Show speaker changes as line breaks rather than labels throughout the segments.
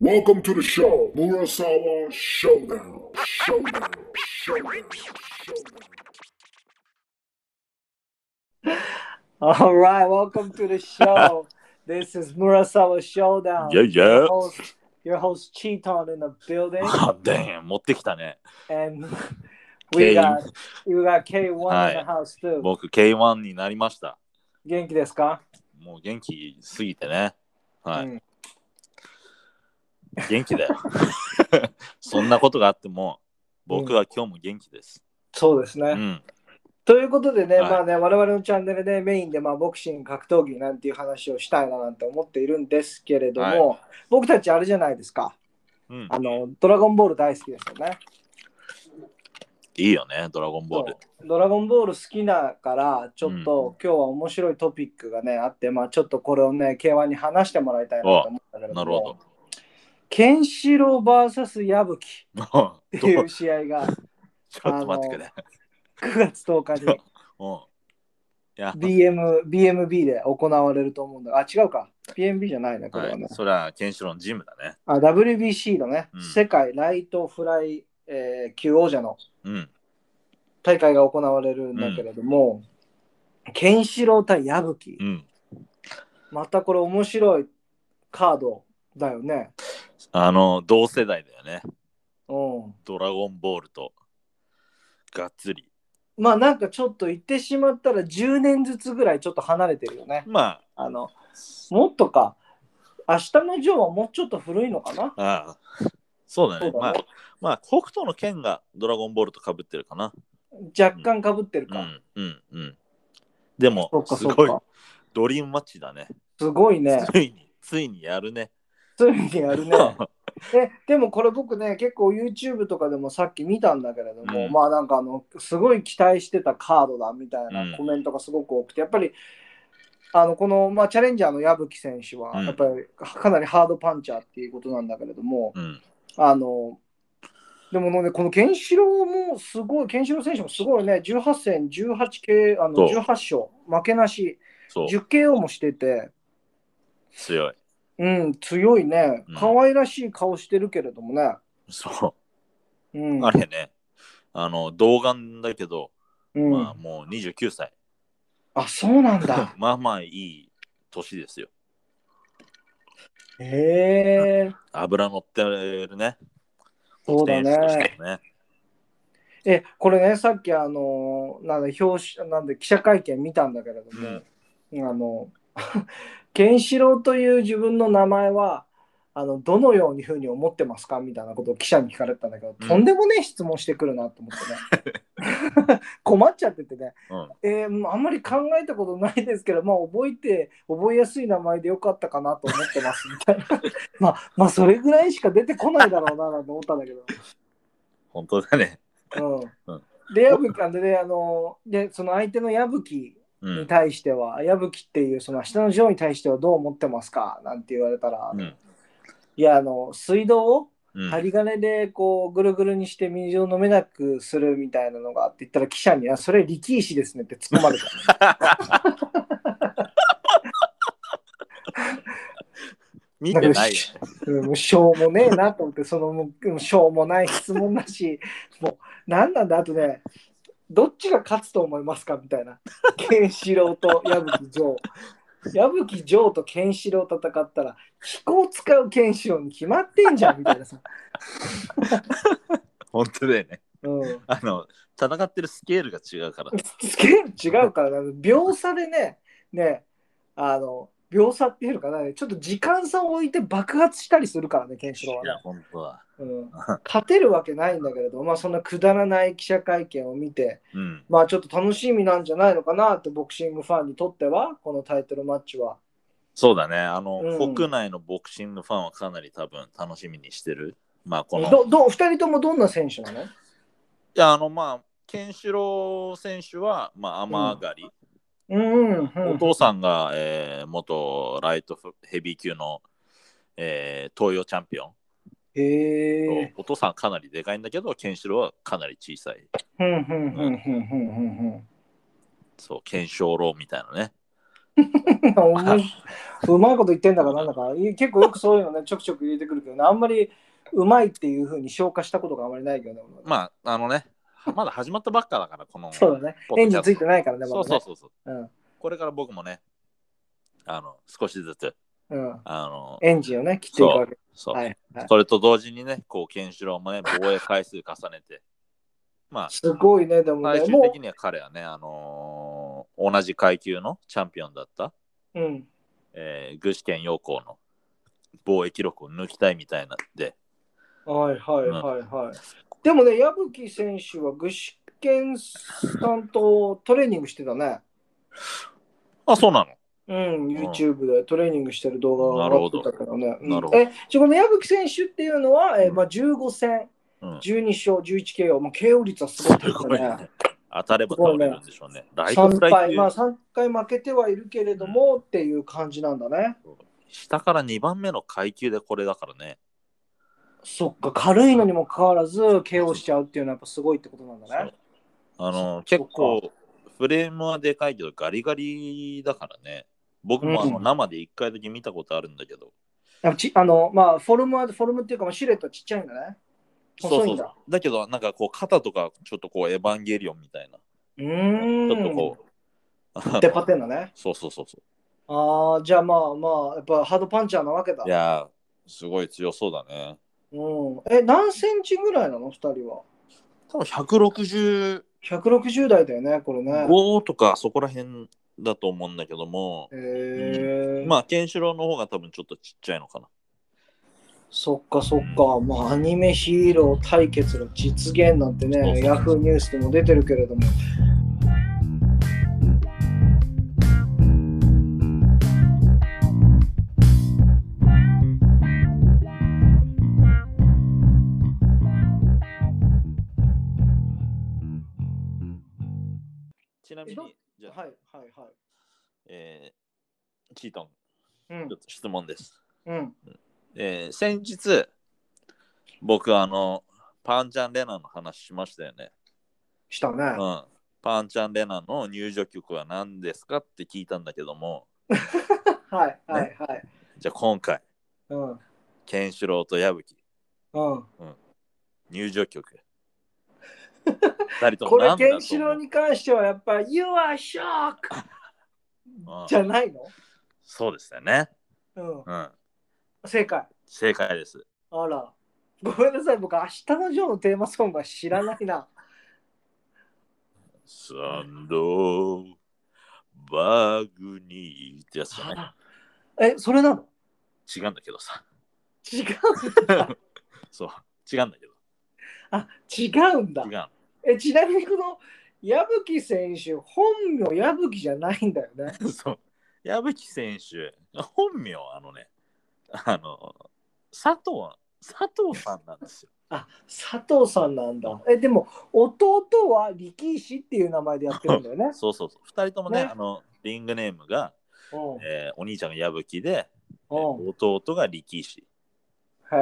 Welcome to the show, Murasawa Showdown. Showdown. Showdown. Showdown.
All right, welcome to the show. this is Murasawa Showdown.
Yeah, yeah.
Your host, your host Chiton in the building,
Ah, damn. 持ってきたね。
and we
K-
got we got K one in the
はい。
house too.
僕、K1 になりました。
元気ですか？
もう元気すぎてね。はい。
うん
元気だよ。 そんなことがあっても、僕は今日も元気です。
そうです
う
ね。
ん。
ということでね、
はい
まあね我々のチャンネルでメインでまあボクシング格闘技なんていう話をしたいななんて思っているんですけれども、僕たちあれじゃないですか。
うん
あのドラゴンボール大好きですよね。
いいよね、ドラゴンボール。
ドラゴンボール好きだから、ちょっと今日は面白いトピックがね、あって、まあちょっとこれをね、K1 に話してもらいたいなと思ったけども、
なるほ
ケンシロウ VS 矢吹
ど。
ってい
ど
う試合が
ちょっと待ってくれ。
9月10日 に
うん。いや、
BM BMB で行われると思うんだあ、違うか。BMB じゃないね、これ
は
はね
い。。それはケンシロウのジムだね。
あ WBC のね、
うん
世界ライトフライ、えー級王者の
うん。
大会が行われるんだけれども、ケンシロウ対矢吹。
うん。
またこれ面白いカードだよね。
あの、同世代だよね。
うん。
ドラゴンボールと、がっつり。
まあなんかちょっと言ってしまったら10年ずつぐらいちょっと離れてるよね。
ま
あの、もっとか。明日のジョーはもうちょっと古いのかな
あ、ああそうだね。
そう
ま
だ
あ
ね、
まあ、北斗の剣がドラゴンボールと被ってるかな。
若干かぶってる
う
か。
ん、うん、うん。でも
そっ、か
す
そっ
ごい
か。
ドリームマッチだね。
すごいね。
ついに、ついにやるね。
そういう意味でやる ね。えでもこれ僕ね結構 YouTube とかでもさっき見たんだけれども、
うん
まあなんかあのすごい期待してたカードだみたい
うん
なコメントがすごく多くて、やっぱりあのこの、まあ、チャレンジャーの矢吹選手は
うん
やっぱりかなりハードパンチャーっていうことなんだけれども、
うん、
あのでもねこのケンシロウもすごいケンシロウ選手もすごいね18戦18系あ
そ
の
う
18勝負けなし
そう、
10 KO もしてて。
強い。
うん、強いね
うん。
可愛らしい顔してるけれどもね。
そ
うん。
う、あれね。あの、童顔だけど、
うん、
まあ、もう29歳。。
あそうなんだ
まあまあいい年ですよ。
へえ。
油乗ってるね。
そうだ
選手とし
ね。
てもね。
え、これね、さっきあの、なんだ、表紙、なんで記者会見見たんだけれども、あの、 ケンシロウという自分の名前は、あのどのようにふうに思ってますかみたいなことを記者に聞かれたんだけど、
うん
とんでもねえ質問してくるなと思って ね困っちゃっててね、
うん
えーもうあんまり考えたことないですけど、まあ、覚えて覚えやすい名前でよかったかなと思ってますみたいな まあまあそれぐらいしか出てこないだろうななんて思ったんだけど
本当だね。
う
うん
で矢吹あのであのでその相手の矢吹
う
に
ん。
対しては、矢吹っていうその下のジョーに対してはどう思ってますかなんて言われたら、
う
い
ん。
やあの水道を
うん
針金でこうぐるぐるにして水を飲めなくするみたいなのがあって言ったら記者に「あそれ力石ですね」って突っ込まれた。
見てないよね。
うんもうしょうもねえなと思って、そのもうしょうもない質問だし、 もうなんなんだ、あとね、どっちが勝つと思いますかみたい な。ケンシロウと矢吹城。矢吹城とケンシロウ戦ったら、飛行使うケンシロウに決まってんじゃんみたいなさ。
本当だよね。
うん、
あの、戦ってるスケールが違うから。
スケール違うからな、秒差でね、ね、あの、秒差っていうのかな、ちょっと時間差を置いて爆発したりするからね、ケンシロウは、
い
ね
や、。本当だ。
うん勝てるわけないんだけれど、まあ、そんなくだらない記者会見を見て、
うん。
まあ、ちょっと楽しみなんじゃないのかなってボクシングファンにとってはこのタイトルマッチは。
そうだね。あの、
うん
国内のボクシングファンはかなり多分楽しみにしてる。まあ、この、
どど2人ともどんな選手なの
いや、あの、まあ、ケンシロウ選手は、まあ、雨上がり。
うんうんう
お
ん
父さんが、えー元ライトフヘビー級の、えー東洋チャンピオン。
へえ。
お父さんかなりでかいんだけど、ケンシロウはかなり小さい。
うんうんうんうんうんうんうん
そう、ケンショウロウみたいなね。
おもしうまいこと言ってんだかなんだかい結構よくそういうのねちょくちょく入れてくるけどねあんまりうまいっていうふうに消化したことがあまりないけどね、あ、
まあ、あのね、まだ始まったばっかだから、この。
そうだね
ポッ
縁
ドキャ
に
ス
つ
ト
いてないからね
そう
だ
そう
ね
そうそう。
うん
これから僕もね、あの、少しずつ、
うん
あの、
エンジンをね切っていくわけ
そう、
はいはい
それと同時にね、こう、ケンシロウもね、防衛回数重ねて、まあ、
すごいねでもね
最終
も
的には彼はね、あのー同じ階級のチャンピオンだった、
う、うん、
えー、具志堅陽光の防衛記録を抜きたいみたいなんで、
はいはいはいはい、でもね矢吹選手は具志堅さんとトレーニングしてたね
あ、そうなの
うん、YouTube でトレーニングしてる動画が上がってたからね。うん
なるほど
え、じゃあこの矢吹選手っていうのは、えまあ、15戦、
う
12
ん
勝、11KO、まあ、KO 率はすごいです
これ
ね。
ね、当たれば倒れるんでしょうね。ライトフ
3
ライ
回、
級、
まあ、3回負けてはいるけれども、っていう感じなんだね。
下から2番目の階級でこれだからね。
そっか、軽いのにもかかわらず、KO しちゃうっていうのはやっぱすごいってことなんだね。
あの
そっ
結
か
構、フレームはでかいけど、ガリガリだからね。僕もあの
うん
生で1回だけ見たことあるんだけど、
やっぱちあの、まあ、フォルムは、フォルムっていうか、まあ、シルエットはちっちゃいんだね。
そう
細
そ
いん
う
だ。
だけど、なんかこう、肩とかちょっとこう、エヴァンゲリオンみたいな。
うーん。
ちょっとこう、
出っ張ってんだね。
そうそうそうそ
ああ、じゃあまあまあ、やっぱハードパンチャーなわけだ
う。い。やー、すごい強そうだね。
うん、え何センチぐらいなの2人は
多分165
160代だよねこれね
とかそこら辺だと思うんだけども、
えー
まあ、ケンシロウの方が多分ちょっとちっちゃいのかな。
そっかそっか、まあ、アニメヒーロー対決の実現なんて
そうそ
ね
う
ヤフーニュースでも出てるけれども
ちなみ
えど
に、じゃあ、
はいはいはい
えーチートン、
うん
ちょっと質問です。
うん
えー先日、僕、あの、パンちゃんレナの話しましたよね。
したね、
うん。パンちゃんレナの入場曲は何ですかって聞いたんだけども、
はいはいはい、
じゃあ今回、
うん
ケンシロウと矢吹、
うん、
入場曲。 二人とも
これ
何だと
ケ
思う
ンシロウに関してはやっぱ「You are shock
うん」
じゃないの、
そうですよね。
うん、
うん。
正解
正解です。
あらごめんなさい僕明日のジョーのテーマソングは知らないな
サンドバグにーってやつだね。
えそれなの
違うんだけどさ。
違う
そう。違うんだけど。
あ違うんだ
違うの。
えちなみにこの矢吹選手本名矢吹じゃないんだよね
そう。矢吹選手、本名、あのね、あの、佐藤、佐藤さんなんですよ。
あ佐藤さんなんだえでも弟は力石っていう名前でやってるんだよ ね
そうそうそう。二人ともね、
ね
あの、リングネームが、
うん
えーお兄ちゃんが矢吹で、
うん
えー弟が力士。
へ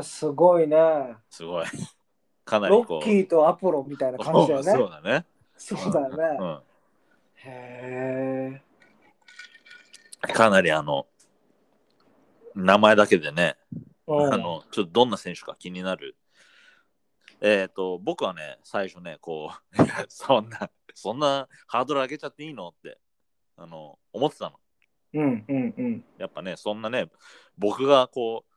えすごいね
すごい。 かなり
ロ
こ
ッ
う。
キーとアポロみたいな感じだよ
そ
ね
うだね。
そうだよ
う
ね
ん。
へえ
かなりあの、名前だけでね、
うん
あの、ちょっとどんな選手か気になる。えっ、と、僕はね、最初ね、こう、 そんな、そんなハードル上げちゃっていいのって、あの、思ってたの。
うんうんうん
やっぱね、そんなね、僕がこう、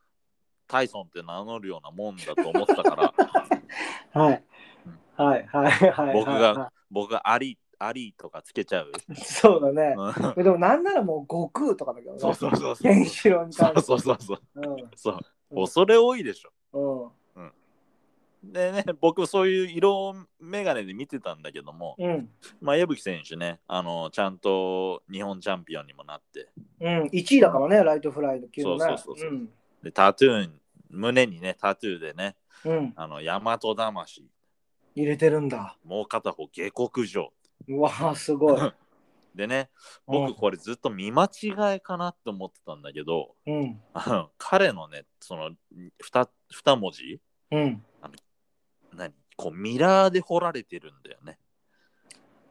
タイソンって名乗るようなもんだと思ってたから、
はいはいはいはいはいはい
僕が僕がアリ、アリとかつけちゃう。
そうだね
うん
えでもなんならもう悟空とかだけどね
そうそうそうそう
ケンシロウに
そ
関し
う
て
そうそうそう。そう。恐れ多いでしょ。
うんうん
でね、僕そういう色眼鏡で見てたんだけども、
うん
まあ、矢吹選手ね、あのちゃんと日本チャンピオンにもなって、
うん、1位だからね、ライトフライの級のね。
そうそうそうそうでタトゥーン、胸にね、タトゥーでね、
うんうん、
あの大和魂、
入れてるんだ。
もう片方下克上。
うわぁ、すごい。
でね、
う
僕
ん
これずっと見間違いかなって思ってたんだけど、
うん、
あの彼のね、その 2, 二文字、
うん。
何こうミラーで彫られてるんだよね。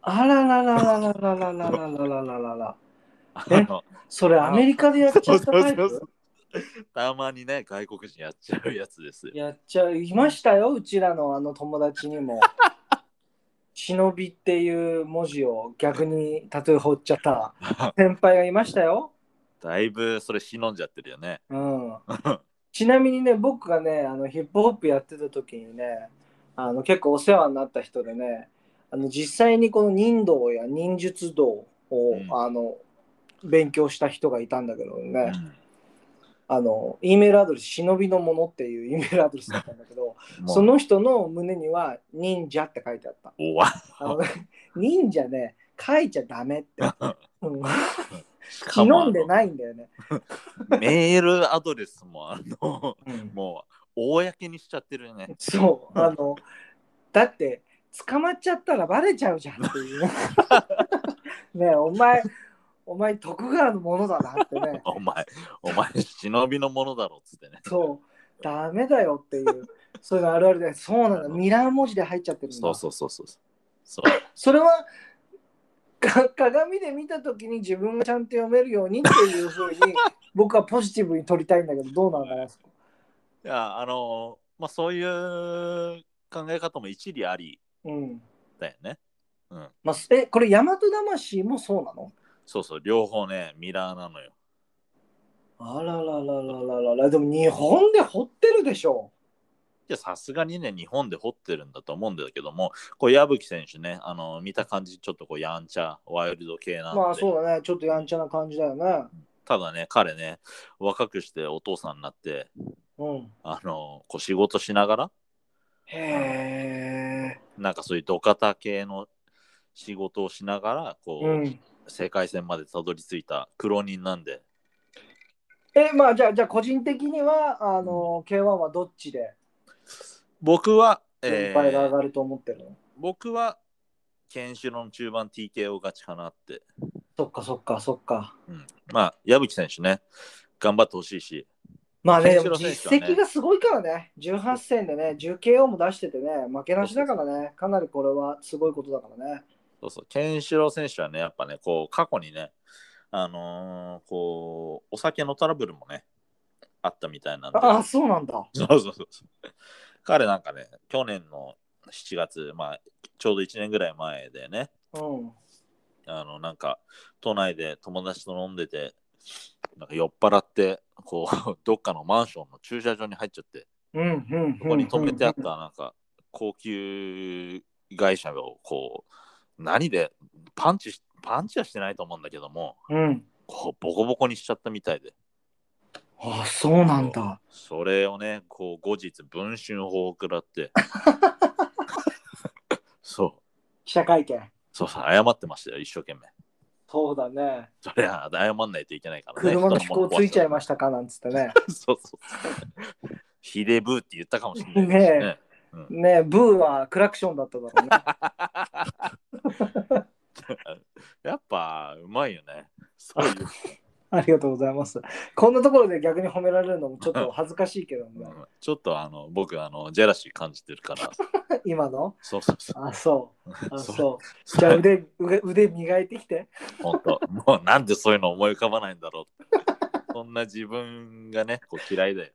あらららららららららららららら。
あ
え
の
それアメリカでやっちゃったタイ
そうそうそ
プ
たまにね、外国人やっちゃうやつですよ。
やっちゃいましたよ、うちらのあの友達に も。忍びっていう文字を逆にタトゥー彫っちゃ った先輩がいましたよ。
だいぶそれ忍んじゃってるよね。
うん、ちなみにね僕がねあのヒップホップやってた時にねあの結構お世話になった人でねあの実際にこの忍道や忍術道を、
ん
あの勉強した人がいたんだけど
う
ね、
ん
あの E メールアドレス忍びのものっていう E メールアドレスだったんだけど
もう
その人の胸には忍者って書いてあった
おわ
あの、 ね、忍者ね書いちゃダメ って、うん、
しかも
忍
あ
ん
の
でないんだよね、
メールアドレスもあの、
うん
もう、公にしちゃってるよね。
そう、あの、だって、捕まっちゃったらバレちゃうじゃんって いう。ねえお前、お前、徳川のものだなってね。
お前、お前、忍びのものだろっつってね。
そう、ダメだよっていう。そういうのあるあるで、そうなんだ、ミラー文字で入っちゃってるんだ。
そうそうそうそう。そう
それは、か鏡で見たときに自分がちゃんと読めるようにっていうふうに、僕はポジティブに取りたいんだけど、どうなんだろう。
いや、あの、まあ、そういう考え方も一理あり
うん。
だよね。うん。
まあ、え、これ、大和魂もそうなの
そうそう、両方ね、ミラーなのよ。
あららららららら、でも日本で掘ってるでしょ。
じゃさすがにね、日本で掘ってるんだと思うんだけども、こう矢吹選手ね、あの見た感じ、ちょっとこうやんちゃ、ワイルド系なんで、
まあそうだね、ちょっとやんちゃな感じだよね。
ただね、彼ね、若くしてお父さんになって、
うん。
あのこう仕事しながら、
へえ。
なんかそういう土方系の仕事をしながら、こう、
うん。
世界戦までたどり着いた苦労人なんで、
え、まあじゃあ、じゃあ個人的には、あの、K1 はどっちで
僕は、え
先輩が上
ー、
がると思ってるの、
僕は、ケンシロウの中盤 TKO 勝ちかなって、
そっかそっかそっか。
うん、まあ、矢吹選手ね、頑張ってほしいし、
まあね、で
ケンシ
も
ロウ選手
実
はね
績がすごいからね、18戦でね、10KO も出しててね、負けなしだからね、かなりこれはすごいことだからね。
そうそう、ケンシロウ選手はね、やっぱね、こう、過去にね、あのーこう、お酒のトラブルもね、あったみたいなんで、
ああ、そうなんだ。
そうそうそうそう。彼なんかね、去年の7月、まあ、ちょうど1年ぐらい前でね、
うん。
あの、なんか、都内で友達と飲んでて、なんか酔っ払って、こう、 どっかのマンションの駐車場に入っちゃって、
うんうんうん。
そこに止めてあった、なんか、高級会社を、こう、何で、パンチし、パンチはしてないと思うんだけども、
うん。
こう、ボコボコにしちゃったみたいで、
ああ、そうなんだ。
それをね、こう、後日、文春法を食ら って、そう、
記者会見。
そうそう、謝ってましたよ、一生懸命。
そうだね。
それは謝んないといけないからね。
車の飛行ついちゃいま
し
したかなんつってね。
た。 そうそう。ヒデブーって言ったかもしれないですね。
ねねえ、ブーはクラクションだっただろうね。
やっぱ、うまいよね。そういう。
ありがとうございます。こんなところで逆に褒められるのもちょっと恥ずかしいけど
う
ね。
んちょっとあの僕あのジェラシー感じてるから。
今の
そうそうそう。
あ、そう。あ、
そう
そう。じゃあ腕、腕腕磨いてきて。
本当もうなんでそういうの思い浮かばないんだろうって。そんな自分がね、こう嫌いだよ。